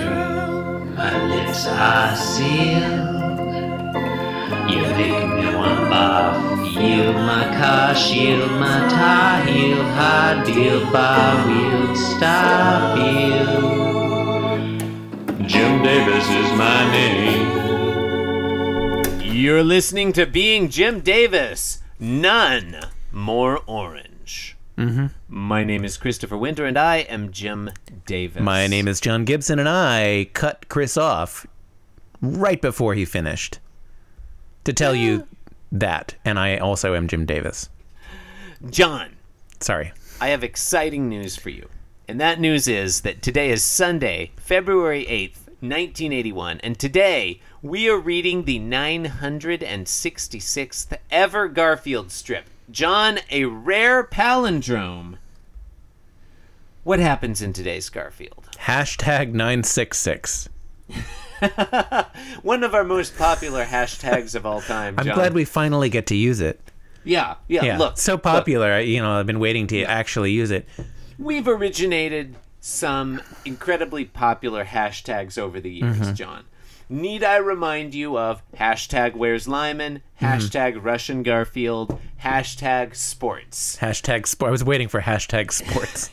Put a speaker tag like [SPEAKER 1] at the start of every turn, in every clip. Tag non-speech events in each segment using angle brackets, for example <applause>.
[SPEAKER 1] Girl, my lips are sealed. You make me want to barf. Yield my car, shield my tie heel, hard deal, bar wheel, stop heel. Jim Davis is my name.
[SPEAKER 2] You're listening to Being Jim Davis. None more orange. Mm-hmm. My name is Christopher Winter, and I am Jim Davis.
[SPEAKER 3] My name is John Gibson, and I cut Chris off right before he finished to tell you that. And I also am Jim Davis.
[SPEAKER 2] John.
[SPEAKER 3] Sorry.
[SPEAKER 2] I have exciting news for you. And that news is that today is Sunday, February 8th, 1981. And today we are reading the 966th ever Garfield strip. John, a rare palindrome. What happens in today's Garfield?
[SPEAKER 3] Hashtag 966.
[SPEAKER 2] One of our most popular hashtags of all time.
[SPEAKER 3] I'm
[SPEAKER 2] John.
[SPEAKER 3] glad we finally get to use it.
[SPEAKER 2] Yeah, yeah.
[SPEAKER 3] Yeah.
[SPEAKER 2] Look,
[SPEAKER 3] so
[SPEAKER 2] look.
[SPEAKER 3] popular. I You know, I've been waiting to actually use it.
[SPEAKER 2] we've originated some incredibly popular hashtags over the years, John. Need I remind you of hashtag Where's Lyman, hashtag Russian Garfield, hashtag Sports.
[SPEAKER 3] Hashtag sport. I was waiting for hashtag
[SPEAKER 2] <laughs>
[SPEAKER 3] sports.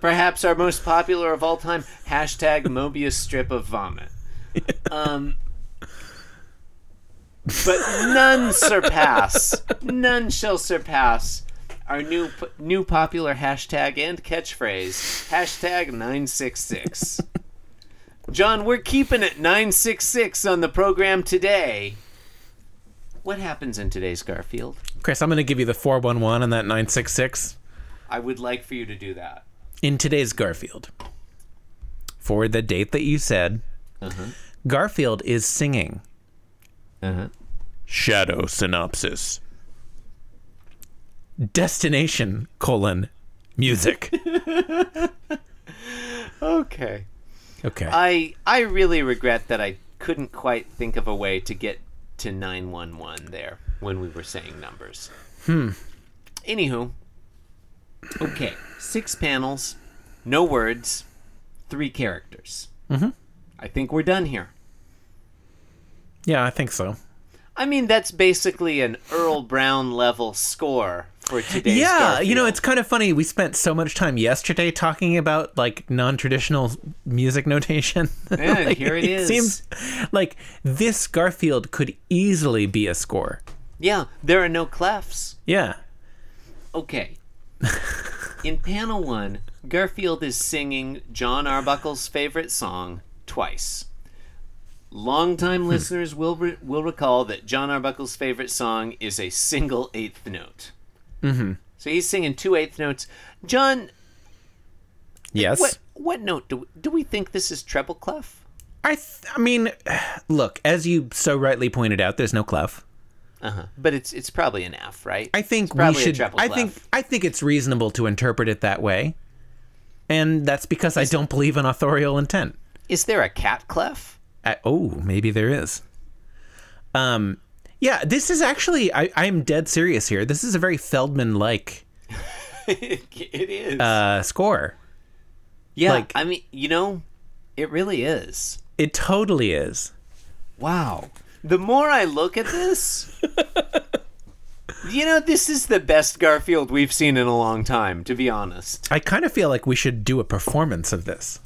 [SPEAKER 2] Perhaps our most popular of all time hashtag Mobius strip of vomit. Um, but none surpass, none shall surpass our new new popular hashtag and catchphrase hashtag nine six six. John, we're keeping it nine six six on the program today. What happens in today's Garfield?
[SPEAKER 3] Chris, I'm going to give you the 411 and that 966.
[SPEAKER 2] I would like for you to do that.
[SPEAKER 3] in today's Garfield, for the date that you said, Garfield is singing
[SPEAKER 2] Uh-huh.
[SPEAKER 3] Shadow Synopsis. Destination colon music.
[SPEAKER 2] Okay.
[SPEAKER 3] <laughs> Okay.
[SPEAKER 2] I I really regret that I couldn't quite think of a way to get to 911 there when we were saying numbers. Hmm. Anywho, okay, six panels, no words, three characters. Mm-hmm. I think we're done here.
[SPEAKER 3] yeah, I think so.
[SPEAKER 2] I mean, that's basically an Earl Brown level score for today's.
[SPEAKER 3] Yeah, you know,
[SPEAKER 2] Garfield.
[SPEAKER 3] it's kind of funny. We spent so much time yesterday talking about like non-traditional music notation. <laughs>
[SPEAKER 2] Yeah,
[SPEAKER 3] Like,
[SPEAKER 2] here it is.
[SPEAKER 3] seems like this Garfield could easily be a score.
[SPEAKER 2] yeah, there are no clefs.
[SPEAKER 3] Yeah.
[SPEAKER 2] Okay. In panel one, Garfield is singing John Arbuckle's favorite song twice. Longtime listeners will re- will recall that John Arbuckle's favorite song is a single eighth note. Mm-hmm. So he's singing two eighth notes. John,
[SPEAKER 3] Yes.
[SPEAKER 2] what what note do we, do we think this is treble clef?
[SPEAKER 3] I, th- I mean, <sighs> look, as you so rightly pointed out, there's no clef.
[SPEAKER 2] But it's it's probably an F, right?
[SPEAKER 3] I think we
[SPEAKER 2] probably a
[SPEAKER 3] should.
[SPEAKER 2] treble
[SPEAKER 3] I
[SPEAKER 2] clef.
[SPEAKER 3] think I think it's reasonable to interpret it that way, and that's because I don't believe in authorial intent.
[SPEAKER 2] is there a cat clef?
[SPEAKER 3] I, oh, maybe there is. Um, yeah, this is actually. I, I'm dead serious here. This is a very Feldman-like
[SPEAKER 2] it is.
[SPEAKER 3] uh, score.
[SPEAKER 2] yeah,
[SPEAKER 3] like-
[SPEAKER 2] I mean, you know, it really is.
[SPEAKER 3] It totally is.
[SPEAKER 2] Wow. The more I look at this, you know, this is the best Garfield we've seen in a long time, to be honest.
[SPEAKER 3] I kind of feel like we should do a performance of this.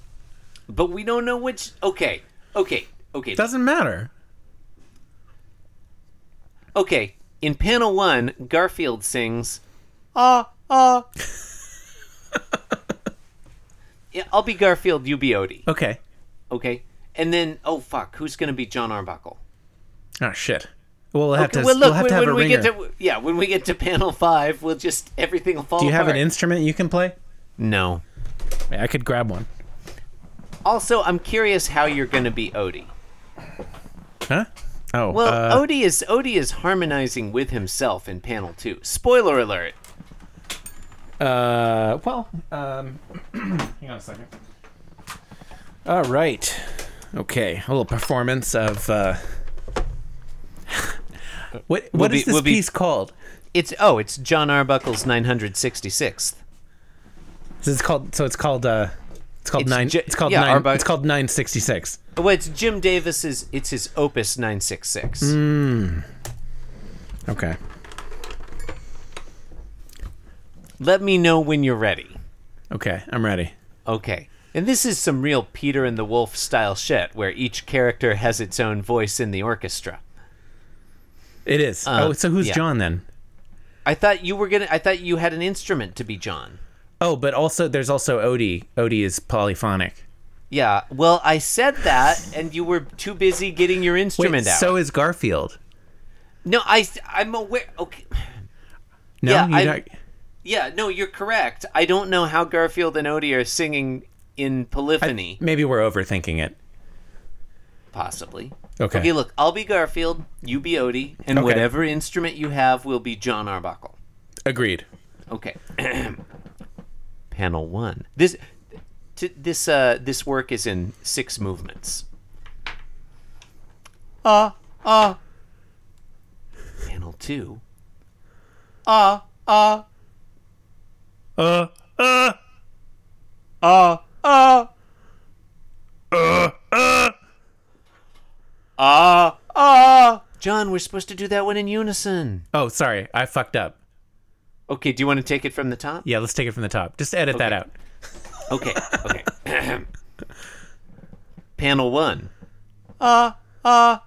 [SPEAKER 2] But we don't know which. Okay, okay, okay,
[SPEAKER 3] Doesn't matter.
[SPEAKER 2] okay. In panel one, Garfield sings, ah,
[SPEAKER 3] <laughs>
[SPEAKER 2] ah. yeah, I'll be Garfield, you be Odie.
[SPEAKER 3] Okay.
[SPEAKER 2] Okay? And then, oh fuck, who's going to be John Arbuckle?
[SPEAKER 3] Oh shit. We'll have to.
[SPEAKER 2] well, look,
[SPEAKER 3] we'll have to
[SPEAKER 2] when,
[SPEAKER 3] have a
[SPEAKER 2] when we
[SPEAKER 3] ringer.
[SPEAKER 2] get to yeah, when we get to panel five, we'll just everything will fall.
[SPEAKER 3] Do you have an
[SPEAKER 2] apart.
[SPEAKER 3] instrument you can play?
[SPEAKER 2] No,
[SPEAKER 3] I could grab one.
[SPEAKER 2] Also, I'm curious how you're going to be Odie.
[SPEAKER 3] Huh? Oh,
[SPEAKER 2] Well,
[SPEAKER 3] uh,
[SPEAKER 2] Odie is Odie is harmonizing with himself in panel two. Spoiler alert.
[SPEAKER 3] uh, well, um, <clears throat> hang on a second. All right. Okay, a little performance of uh, <laughs> what? What is
[SPEAKER 2] be-
[SPEAKER 3] this
[SPEAKER 2] we'll be-
[SPEAKER 3] piece called?
[SPEAKER 2] It's oh, it's John Arbuckle's 966th.
[SPEAKER 3] This is called. So it's called. Uh, it's It's called
[SPEAKER 2] It's
[SPEAKER 3] nine.
[SPEAKER 2] J-
[SPEAKER 3] it's called
[SPEAKER 2] yeah,
[SPEAKER 3] nine.
[SPEAKER 2] Arbu-
[SPEAKER 3] it's called nine sixty six.
[SPEAKER 2] Well, it's Jim Davis's. It's his Opus 966.
[SPEAKER 3] Hmm. Okay.
[SPEAKER 2] Let me know when you're ready.
[SPEAKER 3] Okay, I'm ready.
[SPEAKER 2] Okay. And this is some real Peter and the Wolf style shit, where each character has its own voice in the orchestra.
[SPEAKER 3] It is. oh, so who's
[SPEAKER 2] Uh, yeah.
[SPEAKER 3] John then?
[SPEAKER 2] I thought you were gonna. I thought you had an instrument to be John.
[SPEAKER 3] Oh, but also there's also Odie. Odie is polyphonic.
[SPEAKER 2] Yeah. Well, I said that, and you were too busy getting your
[SPEAKER 3] Wait,
[SPEAKER 2] instrument out.
[SPEAKER 3] so is Garfield.
[SPEAKER 2] no, I. I'm aware. Okay.
[SPEAKER 3] No,
[SPEAKER 2] Yeah,
[SPEAKER 3] you
[SPEAKER 2] I-
[SPEAKER 3] don't-
[SPEAKER 2] Yeah. No, you're correct. I don't know how Garfield and Odie are singing in polyphony.
[SPEAKER 3] maybe we're overthinking it.
[SPEAKER 2] possibly.
[SPEAKER 3] Okay.
[SPEAKER 2] Okay. Look, I'll be Garfield. You be Odie, and
[SPEAKER 3] Okay.
[SPEAKER 2] whatever instrument you have will be John Arbuckle.
[SPEAKER 3] Agreed.
[SPEAKER 2] Okay. <clears throat> Panel one. This t- this uh this work is in six movements. Ah ah. Panel two. Ah ah
[SPEAKER 3] Uh, uh,
[SPEAKER 2] ah ah. Uh, Ah ah. John, we're supposed to do that one in unison.
[SPEAKER 3] oh, sorry, I fucked up.
[SPEAKER 2] Okay, do you want to take it from the top?
[SPEAKER 3] Yeah, let's take it from the top. Just edit that out.
[SPEAKER 2] Okay, okay.
[SPEAKER 3] <laughs>
[SPEAKER 2] <clears throat> Panel one. Ah, ah.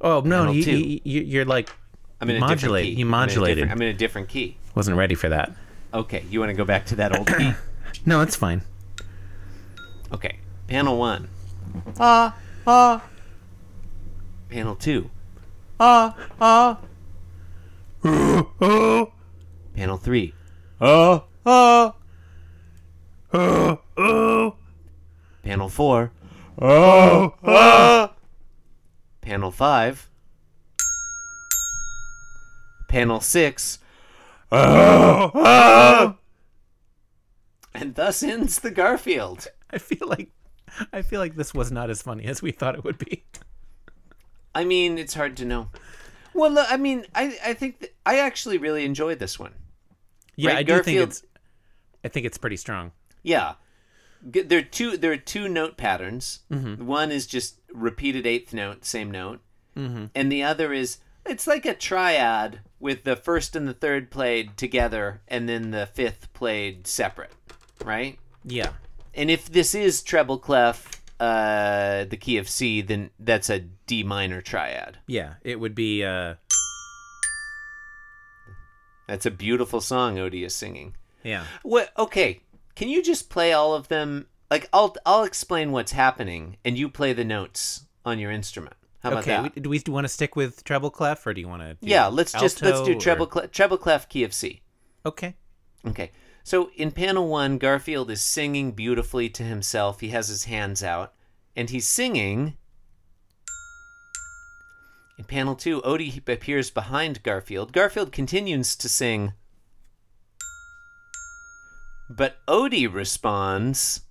[SPEAKER 3] Oh no,
[SPEAKER 2] Panel
[SPEAKER 3] you,
[SPEAKER 2] two.
[SPEAKER 3] you, you, you're like
[SPEAKER 2] I'm in a
[SPEAKER 3] Modulate.
[SPEAKER 2] different key.
[SPEAKER 3] You
[SPEAKER 2] I'm in a
[SPEAKER 3] modulated.
[SPEAKER 2] different- I'm in a different key.
[SPEAKER 3] wasn't ready for that.
[SPEAKER 2] Okay, you want to go back to that old
[SPEAKER 3] <clears throat>
[SPEAKER 2] key?
[SPEAKER 3] No, it's fine.
[SPEAKER 2] Okay, panel one.
[SPEAKER 4] Ah, ah,
[SPEAKER 2] Panel two.
[SPEAKER 4] ah, ah,
[SPEAKER 2] Panel three.
[SPEAKER 4] ah, ah,
[SPEAKER 2] Panel four.
[SPEAKER 4] ah, ah,
[SPEAKER 2] Panel five. Panel six.
[SPEAKER 4] ah.
[SPEAKER 2] And thus ends the Garfield.
[SPEAKER 3] <laughs> I feel like I feel like this was not as funny as we thought it would be.
[SPEAKER 2] I mean, it's hard to know. Well, look, I mean, I, I think that I actually really enjoyed this one.
[SPEAKER 3] Yeah,
[SPEAKER 2] Right,
[SPEAKER 3] I do think
[SPEAKER 2] Garfield-
[SPEAKER 3] it's I think it's pretty strong.
[SPEAKER 2] Yeah. G- There are two there are two note patterns. One is just repeated eighth note, same note. And the other is it's like a triad with the first and the third played together and then the fifth played separate, right?
[SPEAKER 3] Yeah.
[SPEAKER 2] And if this is treble clef, uh the key of C, then that's a D minor triad.
[SPEAKER 3] Yeah, it would be uh
[SPEAKER 2] That's a beautiful song Odie is singing.
[SPEAKER 3] yeah.
[SPEAKER 2] What? Okay. Can you just play all of them? Like I'll I'll explain what's happening, and you play the notes on your instrument. How about
[SPEAKER 3] Okay,
[SPEAKER 2] that?
[SPEAKER 3] we, do we want to stick with treble clef or do you want to
[SPEAKER 2] yeah. Let's just let's do treble
[SPEAKER 3] Or...
[SPEAKER 2] cle treble clef key of C.
[SPEAKER 3] Okay.
[SPEAKER 2] Okay. So in panel one, Garfield is singing beautifully to himself. He has his hands out, and he's singing. In panel two, Odie appears behind Garfield. Garfield continues to sing, but Odie responds.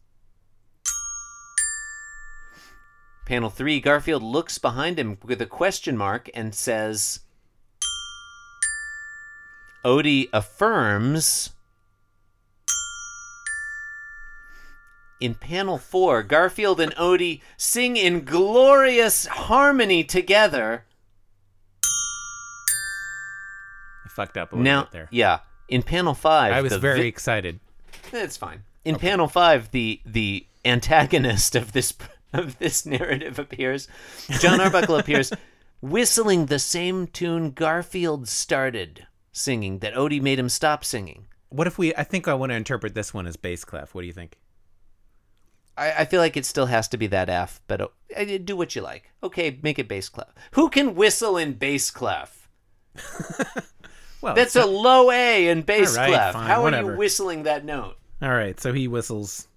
[SPEAKER 2] Panel three, Garfield looks behind him with a question mark and says, Odie affirms. In panel four, Garfield and Odie sing in glorious harmony together.
[SPEAKER 3] I fucked up a little
[SPEAKER 2] Now,
[SPEAKER 3] bit there.
[SPEAKER 2] yeah, in panel five,
[SPEAKER 3] I was
[SPEAKER 2] the
[SPEAKER 3] very
[SPEAKER 2] vi-
[SPEAKER 3] excited.
[SPEAKER 2] It's fine. In panel five, the the antagonist of this <laughs> of this narrative appears. John Arbuckle
[SPEAKER 3] <laughs>
[SPEAKER 2] appears, whistling the same tune Garfield started singing that Odie made him stop singing.
[SPEAKER 3] What if we I think I want to interpret this one as bass clef. What do you think?
[SPEAKER 2] I, I feel like it still has to be that F, but uh, I- do what you like. Okay, make it bass clef. Who can whistle in bass clef?
[SPEAKER 3] Well,
[SPEAKER 2] That's a low A in bass
[SPEAKER 3] All right,
[SPEAKER 2] clef.
[SPEAKER 3] fine,
[SPEAKER 2] How are
[SPEAKER 3] whatever.
[SPEAKER 2] you whistling that note?
[SPEAKER 3] all right. So he whistles.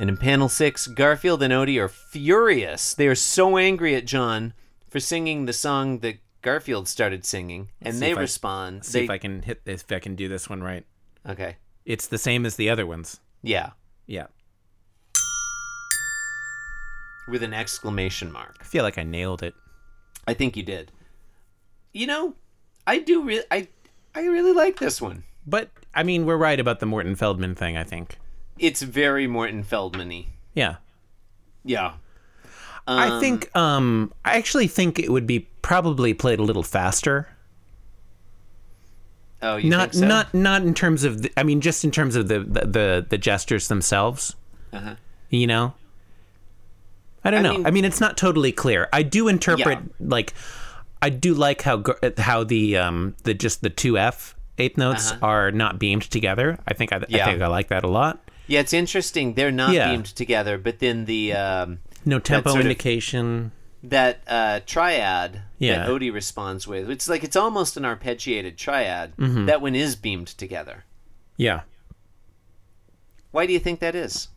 [SPEAKER 2] And in panel six, Garfield and Odie are furious. They are so angry at John for singing the song that Garfield started singing, and
[SPEAKER 3] see
[SPEAKER 2] they
[SPEAKER 3] if I-
[SPEAKER 2] respond.
[SPEAKER 3] See
[SPEAKER 2] they,
[SPEAKER 3] if I can hit this. If I can do this one right.
[SPEAKER 2] Okay.
[SPEAKER 3] It's the same as the other ones.
[SPEAKER 2] Yeah.
[SPEAKER 3] Yeah.
[SPEAKER 2] With an exclamation mark.
[SPEAKER 3] I feel like I nailed it.
[SPEAKER 2] I think you did. You know, I do. Re- I I really like this one.
[SPEAKER 3] But I mean, we're right about the Morton Feldman thing. I think.
[SPEAKER 2] It's very Morton Feldman-y.
[SPEAKER 3] Yeah.
[SPEAKER 2] Yeah.
[SPEAKER 3] I think um I actually think it would be probably played a little faster.
[SPEAKER 2] Oh, you
[SPEAKER 3] Not
[SPEAKER 2] think so?
[SPEAKER 3] not not in terms of the, I mean just in terms of the the the, the gestures themselves.
[SPEAKER 2] Uh-huh.
[SPEAKER 3] You know? I don't
[SPEAKER 2] I
[SPEAKER 3] know.
[SPEAKER 2] mean-
[SPEAKER 3] I mean it's not totally clear. I do interpret
[SPEAKER 2] Yeah.
[SPEAKER 3] like I do like how gr- how the um the just the 2F eighth notes are not beamed together. I think I,
[SPEAKER 2] Uh-huh. Yeah.
[SPEAKER 3] I think I like that a lot.
[SPEAKER 2] Yeah, it's interesting. They're not
[SPEAKER 3] Yeah.
[SPEAKER 2] beamed together, but then the um,
[SPEAKER 3] No tempo
[SPEAKER 2] sort of-
[SPEAKER 3] indication.
[SPEAKER 2] that uh, triad
[SPEAKER 3] Yeah.
[SPEAKER 2] that Odie responds with, it's like it's almost an arpeggiated triad. That one is beamed together.
[SPEAKER 3] Yeah.
[SPEAKER 2] Why do you think that is?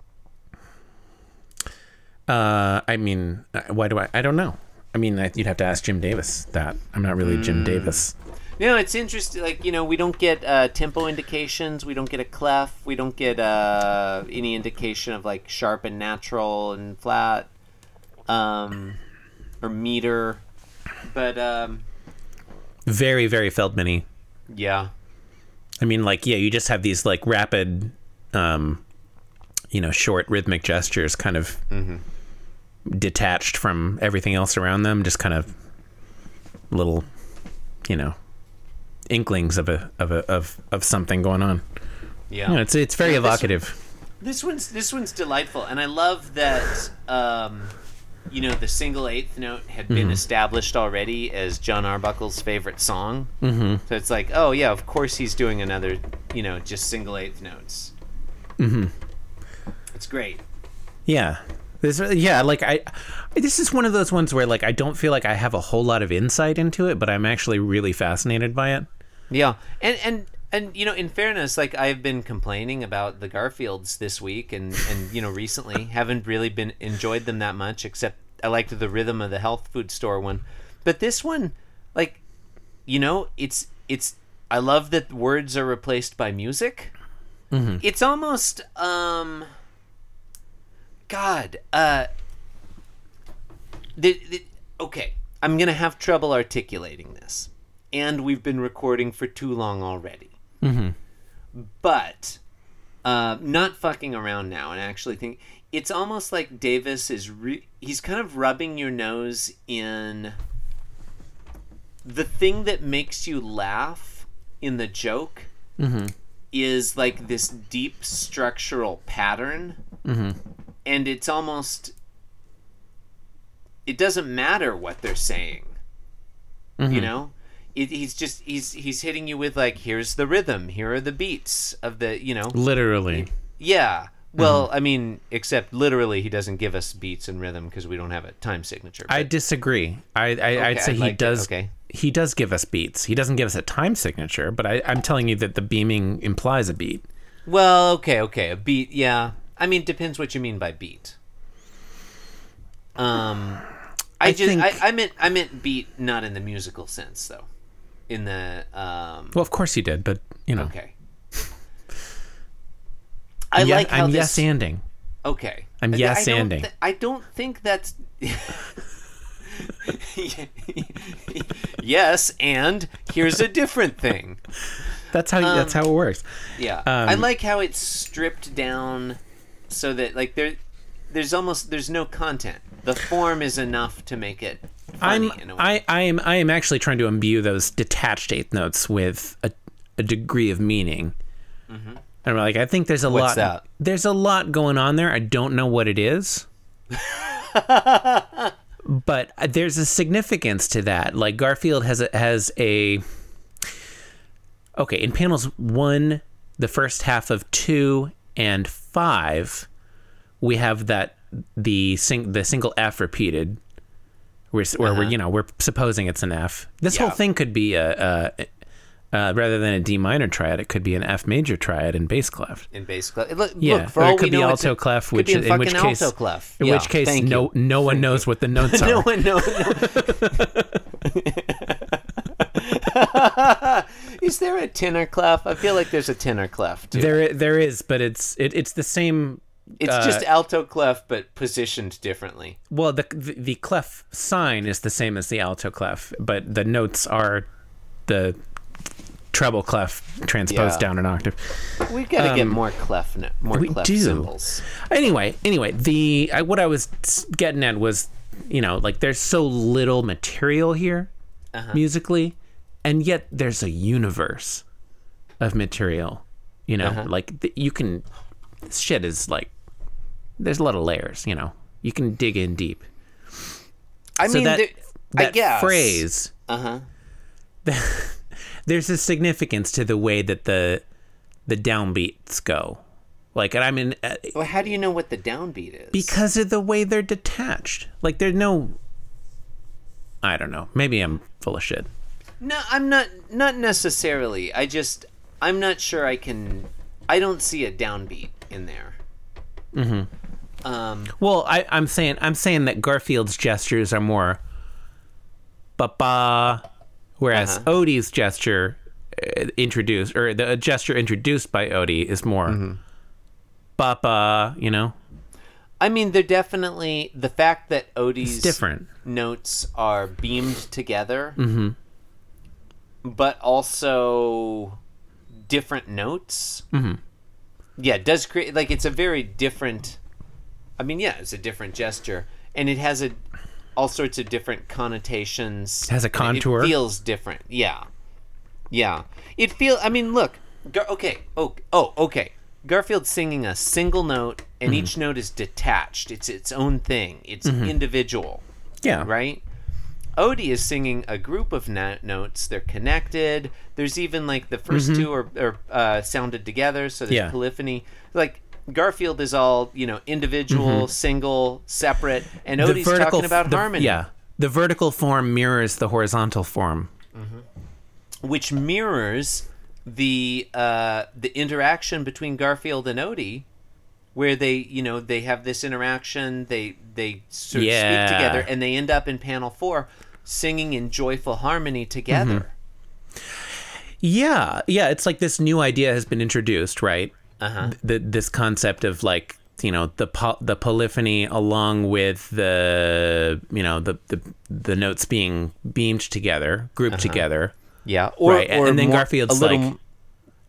[SPEAKER 3] Uh, I mean, uh, why do I? I don't know. I mean, I, you'd have to ask Jim Davis that. I'm not really
[SPEAKER 2] Hmm.
[SPEAKER 3] Jim Davis.
[SPEAKER 2] No, it's interesting. Like you know, we don't get uh, tempo indications. We don't get a clef. We don't get uh, any indication of like sharp and natural and flat, um, or meter. But um,
[SPEAKER 3] Very, very Feldman-y.
[SPEAKER 2] yeah,
[SPEAKER 3] I mean, like, yeah, you just have these like rapid, um, you know, short rhythmic gestures, kind of detached from everything else around them, just kind of little, you know, inklings of a of a of of something going on.
[SPEAKER 2] yeah.
[SPEAKER 3] You know, it's it's very
[SPEAKER 2] this-
[SPEAKER 3] evocative.
[SPEAKER 2] This one's this one's delightful, and I love that. Um, you know, the single eighth note had been established already as John Arbuckle's favorite song. Mm-hmm. So it's like, oh yeah, of course he's doing another. You know, just single eighth notes. Mm-hmm. It's great.
[SPEAKER 3] Yeah. This yeah, like I this is one of those ones where like I don't feel like I have a whole lot of insight into it, but I'm actually really fascinated by it.
[SPEAKER 2] Yeah, and and and you know, in fairness, like I've been complaining about the Garfields this week, and and you know, recently haven't really been enjoyed them that much, except I liked the rhythm of the health food store one, but this one, like, you know, it's it's I love that words are replaced by music. It's almost um, God, uh, the, the okay. I'm gonna have trouble articulating this and we've been recording for too long already. But uh, not fucking around now, and actually think it's almost like Davis is re- he's kind of rubbing your nose in the thing that makes you laugh in the joke is like this deep structural pattern, and it's almost it doesn't matter what they're saying you know it, he's just he's he's hitting you with like here's the rhythm here are the beats of the you know
[SPEAKER 3] Literally.
[SPEAKER 2] yeah well
[SPEAKER 3] Mm-hmm.
[SPEAKER 2] i mean except literally he doesn't give us beats and rhythm because we don't have a time signature
[SPEAKER 3] I
[SPEAKER 2] but-
[SPEAKER 3] disagree. I, I I'd say
[SPEAKER 2] I'd
[SPEAKER 3] he
[SPEAKER 2] like it.
[SPEAKER 3] does
[SPEAKER 2] Okay.
[SPEAKER 3] he does give us beats. He doesn't give us a time signature, but I, I'm telling you that the beaming implies a beat.
[SPEAKER 2] well okay okay a beat yeah i mean depends what you mean by beat um i,
[SPEAKER 3] I
[SPEAKER 2] just
[SPEAKER 3] think-
[SPEAKER 2] I, I meant i meant beat not in the musical sense though in the um
[SPEAKER 3] Well of course he did, but you know
[SPEAKER 2] okay i
[SPEAKER 3] Ye-
[SPEAKER 2] like how
[SPEAKER 3] I'm
[SPEAKER 2] this
[SPEAKER 3] yes anding.
[SPEAKER 2] Okay.
[SPEAKER 3] I'm
[SPEAKER 2] I-
[SPEAKER 3] yes
[SPEAKER 2] I don't
[SPEAKER 3] anding.
[SPEAKER 2] thi- I don't think that's. <laughs> yes, and here's a different thing.
[SPEAKER 3] That's how that's how it works.
[SPEAKER 2] Yeah,
[SPEAKER 3] Um,
[SPEAKER 2] I like how it's stripped down, so that like there, there's almost there's no content. The form is enough to make it funny
[SPEAKER 3] I'm
[SPEAKER 2] in a way.
[SPEAKER 3] I, I am I am actually trying to imbue those detached eighth notes with a, a degree of meaning. And I'm like, I think there's a
[SPEAKER 2] What's
[SPEAKER 3] lot.
[SPEAKER 2] that?
[SPEAKER 3] There's a lot going on there. I don't know what it
[SPEAKER 2] <laughs>
[SPEAKER 3] is, but there's a significance to that. Like Garfield has a, has a okay in panels one, the first half of two and five, we have that the sing the single F repeated we're, s- where we're you know we're supposing it's an F. This whole
[SPEAKER 2] Uh-huh. Yeah.
[SPEAKER 3] thing could be a, a, uh rather than a D minor triad, it could be an F major triad in bass clef.
[SPEAKER 2] in bass clef, look,
[SPEAKER 3] Yeah,
[SPEAKER 2] look, for
[SPEAKER 3] or
[SPEAKER 2] all
[SPEAKER 3] it could
[SPEAKER 2] we
[SPEAKER 3] be
[SPEAKER 2] know, it's
[SPEAKER 3] alto
[SPEAKER 2] a-
[SPEAKER 3] clef,
[SPEAKER 2] could
[SPEAKER 3] which
[SPEAKER 2] be a
[SPEAKER 3] in which
[SPEAKER 2] fucking
[SPEAKER 3] case
[SPEAKER 2] alto clef.
[SPEAKER 3] in
[SPEAKER 2] Yeah,
[SPEAKER 3] which case
[SPEAKER 2] thank you.
[SPEAKER 3] no no one
[SPEAKER 2] <laughs>
[SPEAKER 3] knows what the notes are.
[SPEAKER 2] No one,
[SPEAKER 3] <laughs>
[SPEAKER 2] no one. no- Is there a tenor clef? I feel like there's a tenor clef too.
[SPEAKER 3] There i- there is, but it's it, it's the same.
[SPEAKER 2] it's
[SPEAKER 3] uh,
[SPEAKER 2] just alto clef, but positioned differently.
[SPEAKER 3] Well, the, the the clef sign is the same as the alto clef, but the notes are the treble clef transposed
[SPEAKER 2] Yeah.
[SPEAKER 3] down an octave.
[SPEAKER 2] We gotta get more clef, n- more
[SPEAKER 3] Um, we
[SPEAKER 2] clef
[SPEAKER 3] do.
[SPEAKER 2] symbols.
[SPEAKER 3] Anyway, anyway, the I, what I was getting at was, you know, like there's so little material here
[SPEAKER 2] Uh-huh.
[SPEAKER 3] musically, and yet there's a universe of material. You know,
[SPEAKER 2] Uh-huh.
[SPEAKER 3] like th- you can this shit is like there's a lot of layers. You know, you can dig in deep.
[SPEAKER 2] I
[SPEAKER 3] So
[SPEAKER 2] mean,
[SPEAKER 3] that
[SPEAKER 2] there-
[SPEAKER 3] that
[SPEAKER 2] I guess Uh-huh.
[SPEAKER 3] phrase. Uh huh. <laughs> There's a significance to the way that the the downbeats go, like, and I mean, uh,
[SPEAKER 2] Well, how do you know what the downbeat is?
[SPEAKER 3] because of the way they're detached. Like, there's no. I don't know. Maybe I'm full of shit.
[SPEAKER 2] no, I'm not. Not necessarily. I just, I'm not sure I can. I don't see a downbeat in there.
[SPEAKER 3] Well, I, I'm saying I'm saying that Garfield's gestures are more ba ba, whereas
[SPEAKER 2] Uh-huh.
[SPEAKER 3] Odie's gesture uh, introduced or the gesture introduced by Odie is more
[SPEAKER 2] Mm-hmm.
[SPEAKER 3] ba ba. You know,
[SPEAKER 2] I mean, they're definitely the fact that Odie's
[SPEAKER 3] it's different.
[SPEAKER 2] notes are beamed together, mm-hmm.
[SPEAKER 3] Mm-hmm.
[SPEAKER 2] but also different notes. Mm-hmm. Yeah, it does create like it's a very different. I mean, yeah, it's a different gesture, and it has a all sorts of different connotations.
[SPEAKER 3] Has a
[SPEAKER 2] and
[SPEAKER 3] contour.
[SPEAKER 2] It feels different. Yeah, yeah. It feel. I mean, look. Gar- okay. Oh. Oh. Okay. Garfield's singing a single note,
[SPEAKER 3] Mm-hmm.
[SPEAKER 2] and each note is detached. It's its own thing. It's individual
[SPEAKER 3] Yeah,
[SPEAKER 2] right? Odie is singing a group of na- notes. They're connected. There's even like the 1st two are, are uh, sounded together, so there's
[SPEAKER 3] Mm-hmm. Yeah.
[SPEAKER 2] polyphony. Like Garfield is all you know,
[SPEAKER 3] Mm-hmm.
[SPEAKER 2] individual, single, separate, and Odie's talking about
[SPEAKER 3] the-
[SPEAKER 2] harmony,
[SPEAKER 3] Yeah, the vertical form mirrors the horizontal form.
[SPEAKER 2] which mirrors the uh, the interaction between Garfield and Odie, where they you know they have this interaction. They they sort of
[SPEAKER 3] Yeah.
[SPEAKER 2] speak together, and they end up in panel four singing in joyful harmony together.
[SPEAKER 3] Mm-hmm. Yeah, yeah. It's like this new idea has been introduced, right? Uh-huh. this concept of like you know the po- the polyphony along with the you know the the, the notes being beamed together, grouped
[SPEAKER 2] Uh-huh.
[SPEAKER 3] together.
[SPEAKER 2] Yeah, or,
[SPEAKER 3] Right, and
[SPEAKER 2] or
[SPEAKER 3] then
[SPEAKER 2] more,
[SPEAKER 3] Garfield's
[SPEAKER 2] a little
[SPEAKER 3] like-
[SPEAKER 2] m-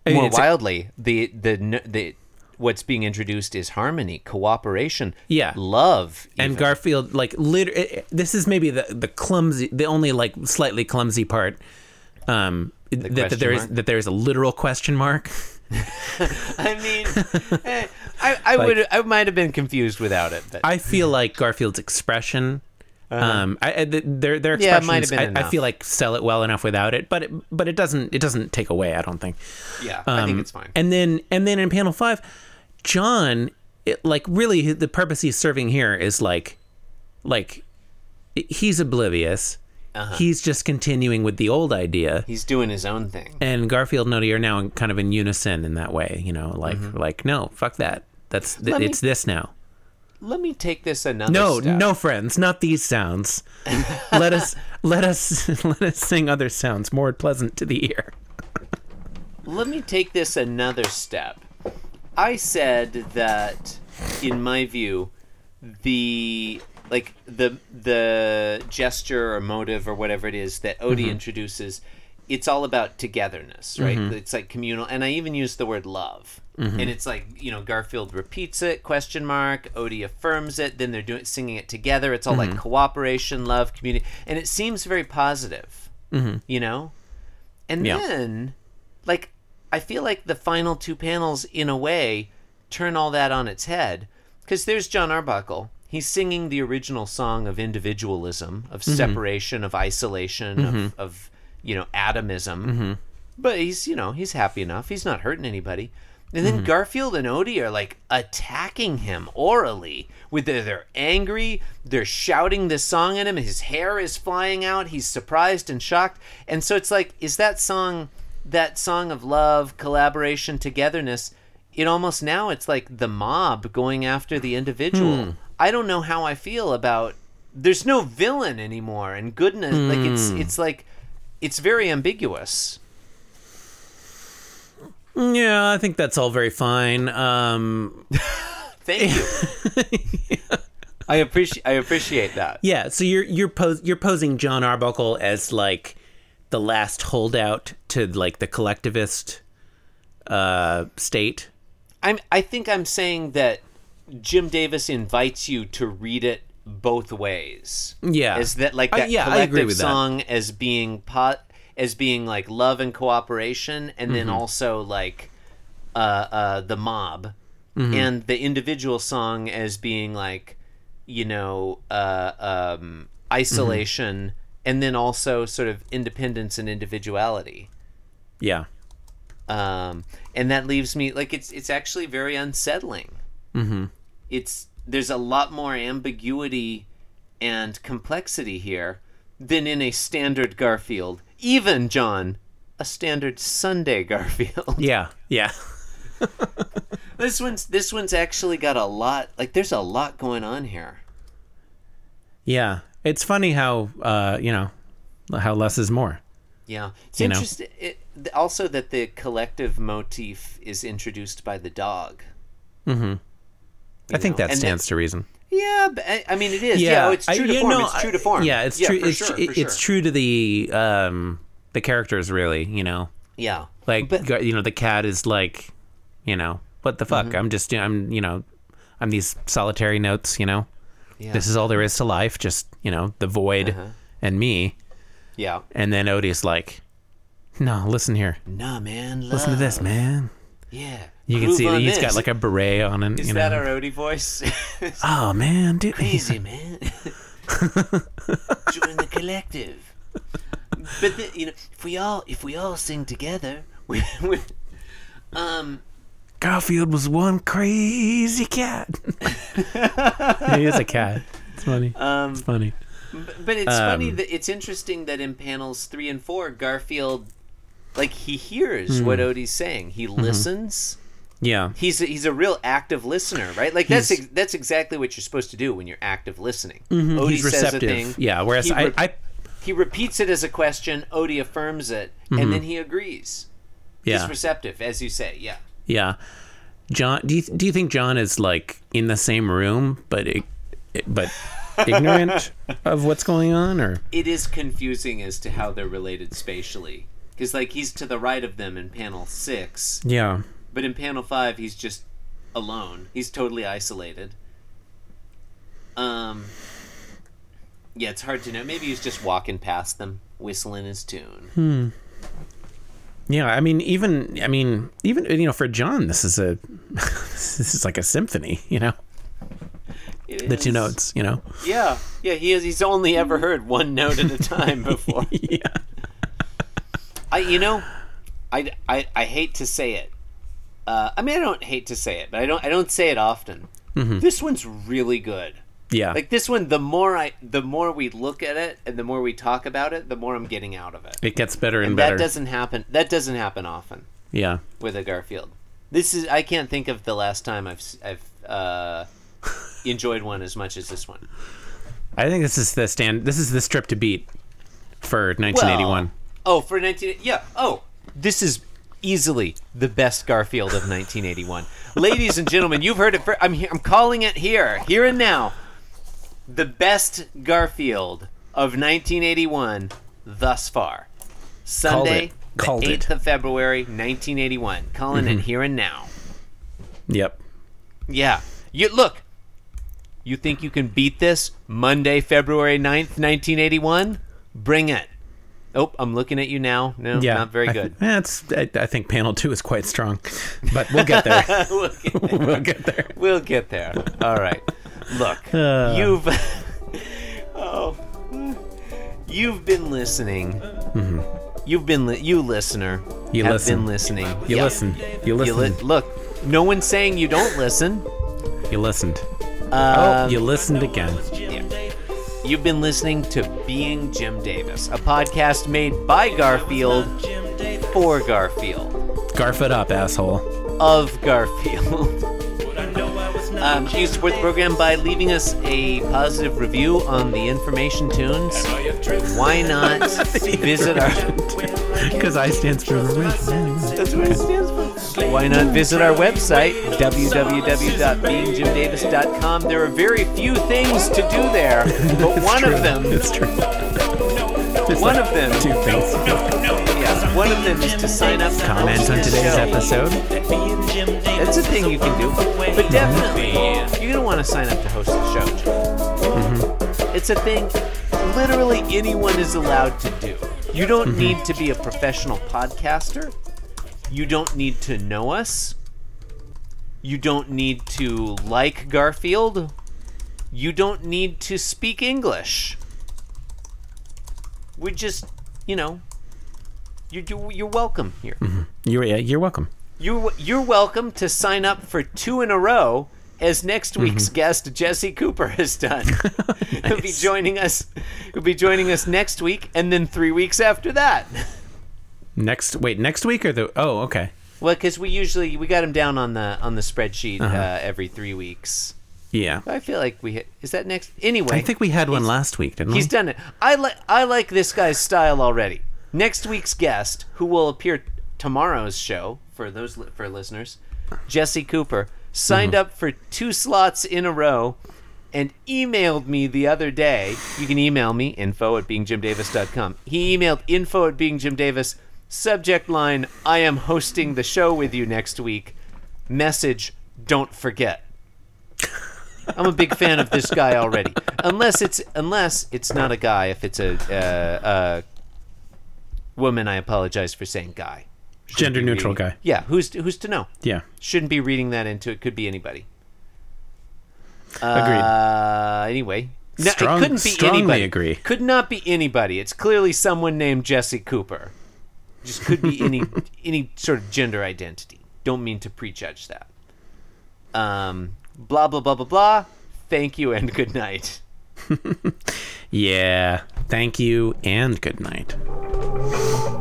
[SPEAKER 3] I mean,
[SPEAKER 2] more
[SPEAKER 3] it's a-
[SPEAKER 2] wildly. The the n- the what's being introduced is harmony, cooperation,
[SPEAKER 3] Yeah.
[SPEAKER 2] love,
[SPEAKER 3] and
[SPEAKER 2] even.
[SPEAKER 3] Garfield like liter- it- it- this is maybe the the clumsy the only like slightly clumsy part um that, that
[SPEAKER 2] question
[SPEAKER 3] there is
[SPEAKER 2] mark?
[SPEAKER 3] that there is a literal question mark <laughs>
[SPEAKER 2] I mean, eh, I, I would I might have been confused without it, but
[SPEAKER 3] I feel like Garfield's expression. Um, I, I th- their their
[SPEAKER 2] Uh-huh. Yeah, it might have
[SPEAKER 3] expressions.
[SPEAKER 2] been
[SPEAKER 3] I, I
[SPEAKER 2] enough.
[SPEAKER 3] feel like sell it well enough without it, but it, but it doesn't it doesn't take away. I don't think.
[SPEAKER 2] yeah, I think
[SPEAKER 3] Um,
[SPEAKER 2] it's fine.
[SPEAKER 3] And then and then in panel five, John, it, like really the purpose he's serving here is like, like, he's oblivious.
[SPEAKER 2] Uh-huh.
[SPEAKER 3] He's just continuing with the old idea,
[SPEAKER 2] He's doing his own thing.
[SPEAKER 3] and Garfield and Odie are now in, kind of in unison in that way. You know, like
[SPEAKER 2] Mm-hmm.
[SPEAKER 3] like no, fuck that. That's th-
[SPEAKER 2] Let me-
[SPEAKER 3] it's this now.
[SPEAKER 2] Let me take this another.
[SPEAKER 3] No,
[SPEAKER 2] step.
[SPEAKER 3] no friends, not these <laughs> sounds. let us let us <laughs> let us sing other sounds more pleasant to the ear.
[SPEAKER 2] Let me take this another step. I said that, in my view, the like the the gesture or motive or whatever it is that Odie introduces, it's all about togetherness, right? It's like communal, and I even use the word love. And it's like you know Garfield repeats it question mark Odie affirms it then they're doing singing it together it's all like cooperation love community and it seems very positive you know and
[SPEAKER 3] Yeah.
[SPEAKER 2] then like I feel like the final two panels in a way turn all that on its head because there's John Arbuckle. He's singing the original song of individualism, of separation, of isolation, of, of you know atomism. But he's you know he's happy enough. He's not hurting anybody. And then Garfield and Odie are like attacking him orally. With their, they're angry, they're shouting this song at him. His hair is flying out. He's surprised and shocked. And so it's like, is that song that song of love, collaboration, togetherness, it almost now it's like the mob going after the individual. I don't know how I feel about there's no villain anymore and goodness like it's it's like it's very ambiguous.
[SPEAKER 3] Yeah, I think that's all very fine. Um,
[SPEAKER 2] Thank you. <laughs> I appreciate I appreciate that.
[SPEAKER 3] yeah, so you're you're pos- you're posing John Arbuckle as like the last holdout to like the collectivist uh, state.
[SPEAKER 2] I'm I think I'm saying that Jim Davis invites you to read it both ways.
[SPEAKER 3] Yeah.
[SPEAKER 2] Is that like
[SPEAKER 3] I-
[SPEAKER 2] that
[SPEAKER 3] yeah, I
[SPEAKER 2] collective
[SPEAKER 3] agree with that.
[SPEAKER 2] song as being pot as being like love and cooperation and
[SPEAKER 3] Mm-hmm.
[SPEAKER 2] then also like uh uh the mob
[SPEAKER 3] Mm-hmm.
[SPEAKER 2] and the individual song as being like you know uh um
[SPEAKER 3] Mm-hmm.
[SPEAKER 2] isolation and then also sort of independence and individuality
[SPEAKER 3] Yeah.
[SPEAKER 2] um, and that leaves me like it's it's actually very unsettling. Mm-hmm. It's there's a lot more ambiguity and complexity here than in a standard Garfield, even John, a standard Sunday <laughs> Garfield.
[SPEAKER 3] Yeah. Yeah.
[SPEAKER 2] this one's this one's actually got a lot like there's a lot going on here.
[SPEAKER 3] <laughs> Yeah. It's funny how uh, you know how less is more.
[SPEAKER 2] Yeah, it's
[SPEAKER 3] You know.
[SPEAKER 2] interesting. It, th- also, that the collective motif is introduced by the dog. Mm-hmm.
[SPEAKER 3] I think that stands to reason.
[SPEAKER 2] Yeah, but I, I mean it is. Yeah, oh, it's
[SPEAKER 3] I-
[SPEAKER 2] true to
[SPEAKER 3] you
[SPEAKER 2] form.
[SPEAKER 3] know,
[SPEAKER 2] it's true
[SPEAKER 3] I-
[SPEAKER 2] to form.
[SPEAKER 3] Yeah, it's true.
[SPEAKER 2] For
[SPEAKER 3] It's,
[SPEAKER 2] sure,
[SPEAKER 3] it-
[SPEAKER 2] for
[SPEAKER 3] it's
[SPEAKER 2] sure.
[SPEAKER 3] true to the um, the characters, really. You know,
[SPEAKER 2] Yeah,
[SPEAKER 3] like
[SPEAKER 2] But-
[SPEAKER 3] gar- you know, the cat is like, you know, what the
[SPEAKER 2] Mm-hmm.
[SPEAKER 3] fuck? I'm just, I'm, you know, I'm these solitary notes. You know,
[SPEAKER 2] yeah, Uh-huh.
[SPEAKER 3] this is all there is to life. Just you know, the void and me.
[SPEAKER 2] yeah.
[SPEAKER 3] And then Odie's like, no, listen here,
[SPEAKER 2] Nah, man.
[SPEAKER 3] listen to
[SPEAKER 2] love.
[SPEAKER 3] this, man.
[SPEAKER 2] Yeah,
[SPEAKER 3] You can
[SPEAKER 2] Groove
[SPEAKER 3] see that
[SPEAKER 2] Uh, on
[SPEAKER 3] he's
[SPEAKER 2] this.
[SPEAKER 3] got like a beret on and
[SPEAKER 2] Is
[SPEAKER 3] you know.
[SPEAKER 2] that our Odie voice? <laughs> It's
[SPEAKER 3] oh man, dude.
[SPEAKER 2] Easy, man. Join the collective. But the, you know, if we all if we all sing together, <laughs> we, we um
[SPEAKER 3] Garfield was one crazy cat. <laughs> he is a cat. It's funny.
[SPEAKER 2] Um,
[SPEAKER 3] it's funny.
[SPEAKER 2] But it's funny
[SPEAKER 3] Um,
[SPEAKER 2] that it's interesting that in panels three and four, Garfield, like he hears
[SPEAKER 3] Hmm.
[SPEAKER 2] what Odie's saying. He
[SPEAKER 3] Mm-hmm.
[SPEAKER 2] listens.
[SPEAKER 3] Yeah.
[SPEAKER 2] He's a, he's a real active listener, right? Like that's
[SPEAKER 3] He's- Mm-hmm.
[SPEAKER 2] ex- that's exactly what you're supposed to do when you're active listening. Odie
[SPEAKER 3] He's
[SPEAKER 2] says a
[SPEAKER 3] receptive.
[SPEAKER 2] thing.
[SPEAKER 3] yeah. Whereas
[SPEAKER 2] he
[SPEAKER 3] I,
[SPEAKER 2] re-
[SPEAKER 3] I,
[SPEAKER 2] he repeats it as a question. Odie affirms it, and then he agrees.
[SPEAKER 3] Mm-hmm. yeah,
[SPEAKER 2] He's receptive, as you say. Yeah.
[SPEAKER 3] yeah. John, do you do you think John is like in the same room, but ig- but
[SPEAKER 2] <laughs>
[SPEAKER 3] ignorant of what's going on, or
[SPEAKER 2] it is confusing as to how they're related spatially because like he's to the right of them in panel six
[SPEAKER 3] yeah,
[SPEAKER 2] but in panel five he's just alone he's totally isolated um yeah it's hard to know maybe he's just walking past them whistling his tune
[SPEAKER 3] Hmm. yeah? I mean, even I mean, even you know, for John, this is a <laughs> this is like a symphony, you know,
[SPEAKER 2] It
[SPEAKER 3] the two
[SPEAKER 2] is-
[SPEAKER 3] notes, you know,
[SPEAKER 2] yeah yeah he is, he's only ever heard one note at a
[SPEAKER 3] <laughs>
[SPEAKER 2] time before
[SPEAKER 3] yeah,
[SPEAKER 2] I, you know, I, I, I hate to say it. Uh, I mean, I don't hate to say it, but I don't I don't say it often.
[SPEAKER 3] Mm-hmm.
[SPEAKER 2] This one's really good.
[SPEAKER 3] yeah,
[SPEAKER 2] <laughs> Like this one, the more I, the more we look at it, and the more we talk about it, the more I'm getting out of it.
[SPEAKER 3] it gets better and,
[SPEAKER 2] That
[SPEAKER 3] better,
[SPEAKER 2] doesn't happen. That doesn't happen often
[SPEAKER 3] yeah.
[SPEAKER 2] with a Garfield. This is I can't think of the last time I've s- I've uh, <laughs> enjoyed one as much as this one.
[SPEAKER 3] I think this is the stand. This is the strip to beat for 1981.
[SPEAKER 2] Oh, for 19 Yeah. Oh, this is easily the best Garfield of
[SPEAKER 3] <laughs>
[SPEAKER 2] 1981. Ladies and gentlemen, you've heard it fir- I'm he- I'm calling it here, here and now. The best Garfield of 1981 thus far.
[SPEAKER 3] Called
[SPEAKER 2] Sunday,
[SPEAKER 3] it. Called
[SPEAKER 2] the 8th
[SPEAKER 3] it. Mm-hmm.
[SPEAKER 2] of February, 1981. Calling it here and now.
[SPEAKER 3] Yep.
[SPEAKER 2] Yeah. You look. You think you can beat this Monday, February 9th, 1981? Bring it. Oh, I'm looking at you now. No,
[SPEAKER 3] Yeah.
[SPEAKER 2] not very
[SPEAKER 3] I-
[SPEAKER 2] good.
[SPEAKER 3] eh, it's- I, I think panel two is quite strong, but we'll
[SPEAKER 2] <laughs>
[SPEAKER 3] get there. <laughs>
[SPEAKER 2] we'll, get,
[SPEAKER 3] we'll get there.
[SPEAKER 2] we'll get there. All right.
[SPEAKER 3] <sighs>
[SPEAKER 2] Look.
[SPEAKER 3] Uh.
[SPEAKER 2] You've <laughs> Oh. You've been listening. You've been li- you listener.
[SPEAKER 3] Mm-hmm. You
[SPEAKER 2] have
[SPEAKER 3] listen.
[SPEAKER 2] been listening.
[SPEAKER 3] You
[SPEAKER 2] Yeah.
[SPEAKER 3] listen. You
[SPEAKER 2] You li-
[SPEAKER 3] listen.
[SPEAKER 2] look, no one's saying you don't listen.
[SPEAKER 3] You listened.
[SPEAKER 2] Um,
[SPEAKER 3] oh, you listened again.
[SPEAKER 2] You've been listening to Being Jim Davis, a podcast made by Garfield for Garfield,
[SPEAKER 3] Garf it up, asshole. <laughs>
[SPEAKER 2] of Garfield. <laughs> Um, you support the program by leaving us a positive review on the information tunes. Why not visit our
[SPEAKER 3] Because I stands for original.
[SPEAKER 2] That's what it stands for. Why not visit our website, www.beingjimdavis.com?
[SPEAKER 3] <laughs>
[SPEAKER 2] There are very few things to do there, but one of them
[SPEAKER 3] It's true.
[SPEAKER 5] no, no,
[SPEAKER 2] One of them,
[SPEAKER 3] Two things.
[SPEAKER 2] <laughs> yeah, one of them is to sign up. to
[SPEAKER 3] Comment
[SPEAKER 2] host
[SPEAKER 3] on
[SPEAKER 2] this
[SPEAKER 3] today's
[SPEAKER 2] show.
[SPEAKER 3] episode.
[SPEAKER 2] That's a thing you can do, but definitely you're gonna want to sign up to host the show. It's a thing literally anyone is allowed to do. You don't need to be a professional podcaster. You don't need to know us. You don't need to like Garfield. You don't need to speak English. We're just, you know, you're do- you're welcome here.
[SPEAKER 3] You're yeah, you're welcome.
[SPEAKER 2] You you're welcome to sign up for two in a row, as next
[SPEAKER 3] Mhm.
[SPEAKER 2] week's guest Jesse Cooper has
[SPEAKER 3] <laughs>
[SPEAKER 2] done. He'll be joining us. He'll be joining us next week, and then three weeks after that. <laughs>
[SPEAKER 3] Next wait, next week or the oh okay.
[SPEAKER 2] Well, because we usually we got him down on the on the spreadsheet
[SPEAKER 3] Uh-huh.
[SPEAKER 2] uh every three weeks.
[SPEAKER 3] Yeah.
[SPEAKER 2] I feel like we hit, is that next anyway.
[SPEAKER 3] I think we had one last week, didn't
[SPEAKER 2] he's
[SPEAKER 3] we?
[SPEAKER 2] done it. I like I like this guy's style already. Next week's guest, who will appear tomorrow's show for those li- for listeners, Jesse Cooper signed up for two slots in a row and emailed me the other day. You can email me info at beingjimdavis.com. He emailed info at beingjimdavis. Subject line: I am hosting the show with you next week. Message: Don't forget. I'm a big fan of this guy already. Unless it's unless it's not a guy. If it's a uh, uh, woman, I apologize for saying guy.
[SPEAKER 3] Gender neutral guy.
[SPEAKER 2] Yeah, who's who's to know?
[SPEAKER 3] Yeah.
[SPEAKER 2] Shouldn't be reading that into it. Could be anybody.
[SPEAKER 3] Agreed.
[SPEAKER 2] Uh, anyway, no,
[SPEAKER 3] Strong-
[SPEAKER 2] it couldn't be
[SPEAKER 3] strongly
[SPEAKER 2] anybody.
[SPEAKER 3] agree.
[SPEAKER 2] Could not be anybody. It's clearly someone named Jesse Cooper. Just could be
[SPEAKER 3] <laughs>
[SPEAKER 2] any any sort of gender identity. Don't mean to prejudge that. Um, blah blah blah blah blah. Thank you and good night.
[SPEAKER 3] yeah. Thank you and good night.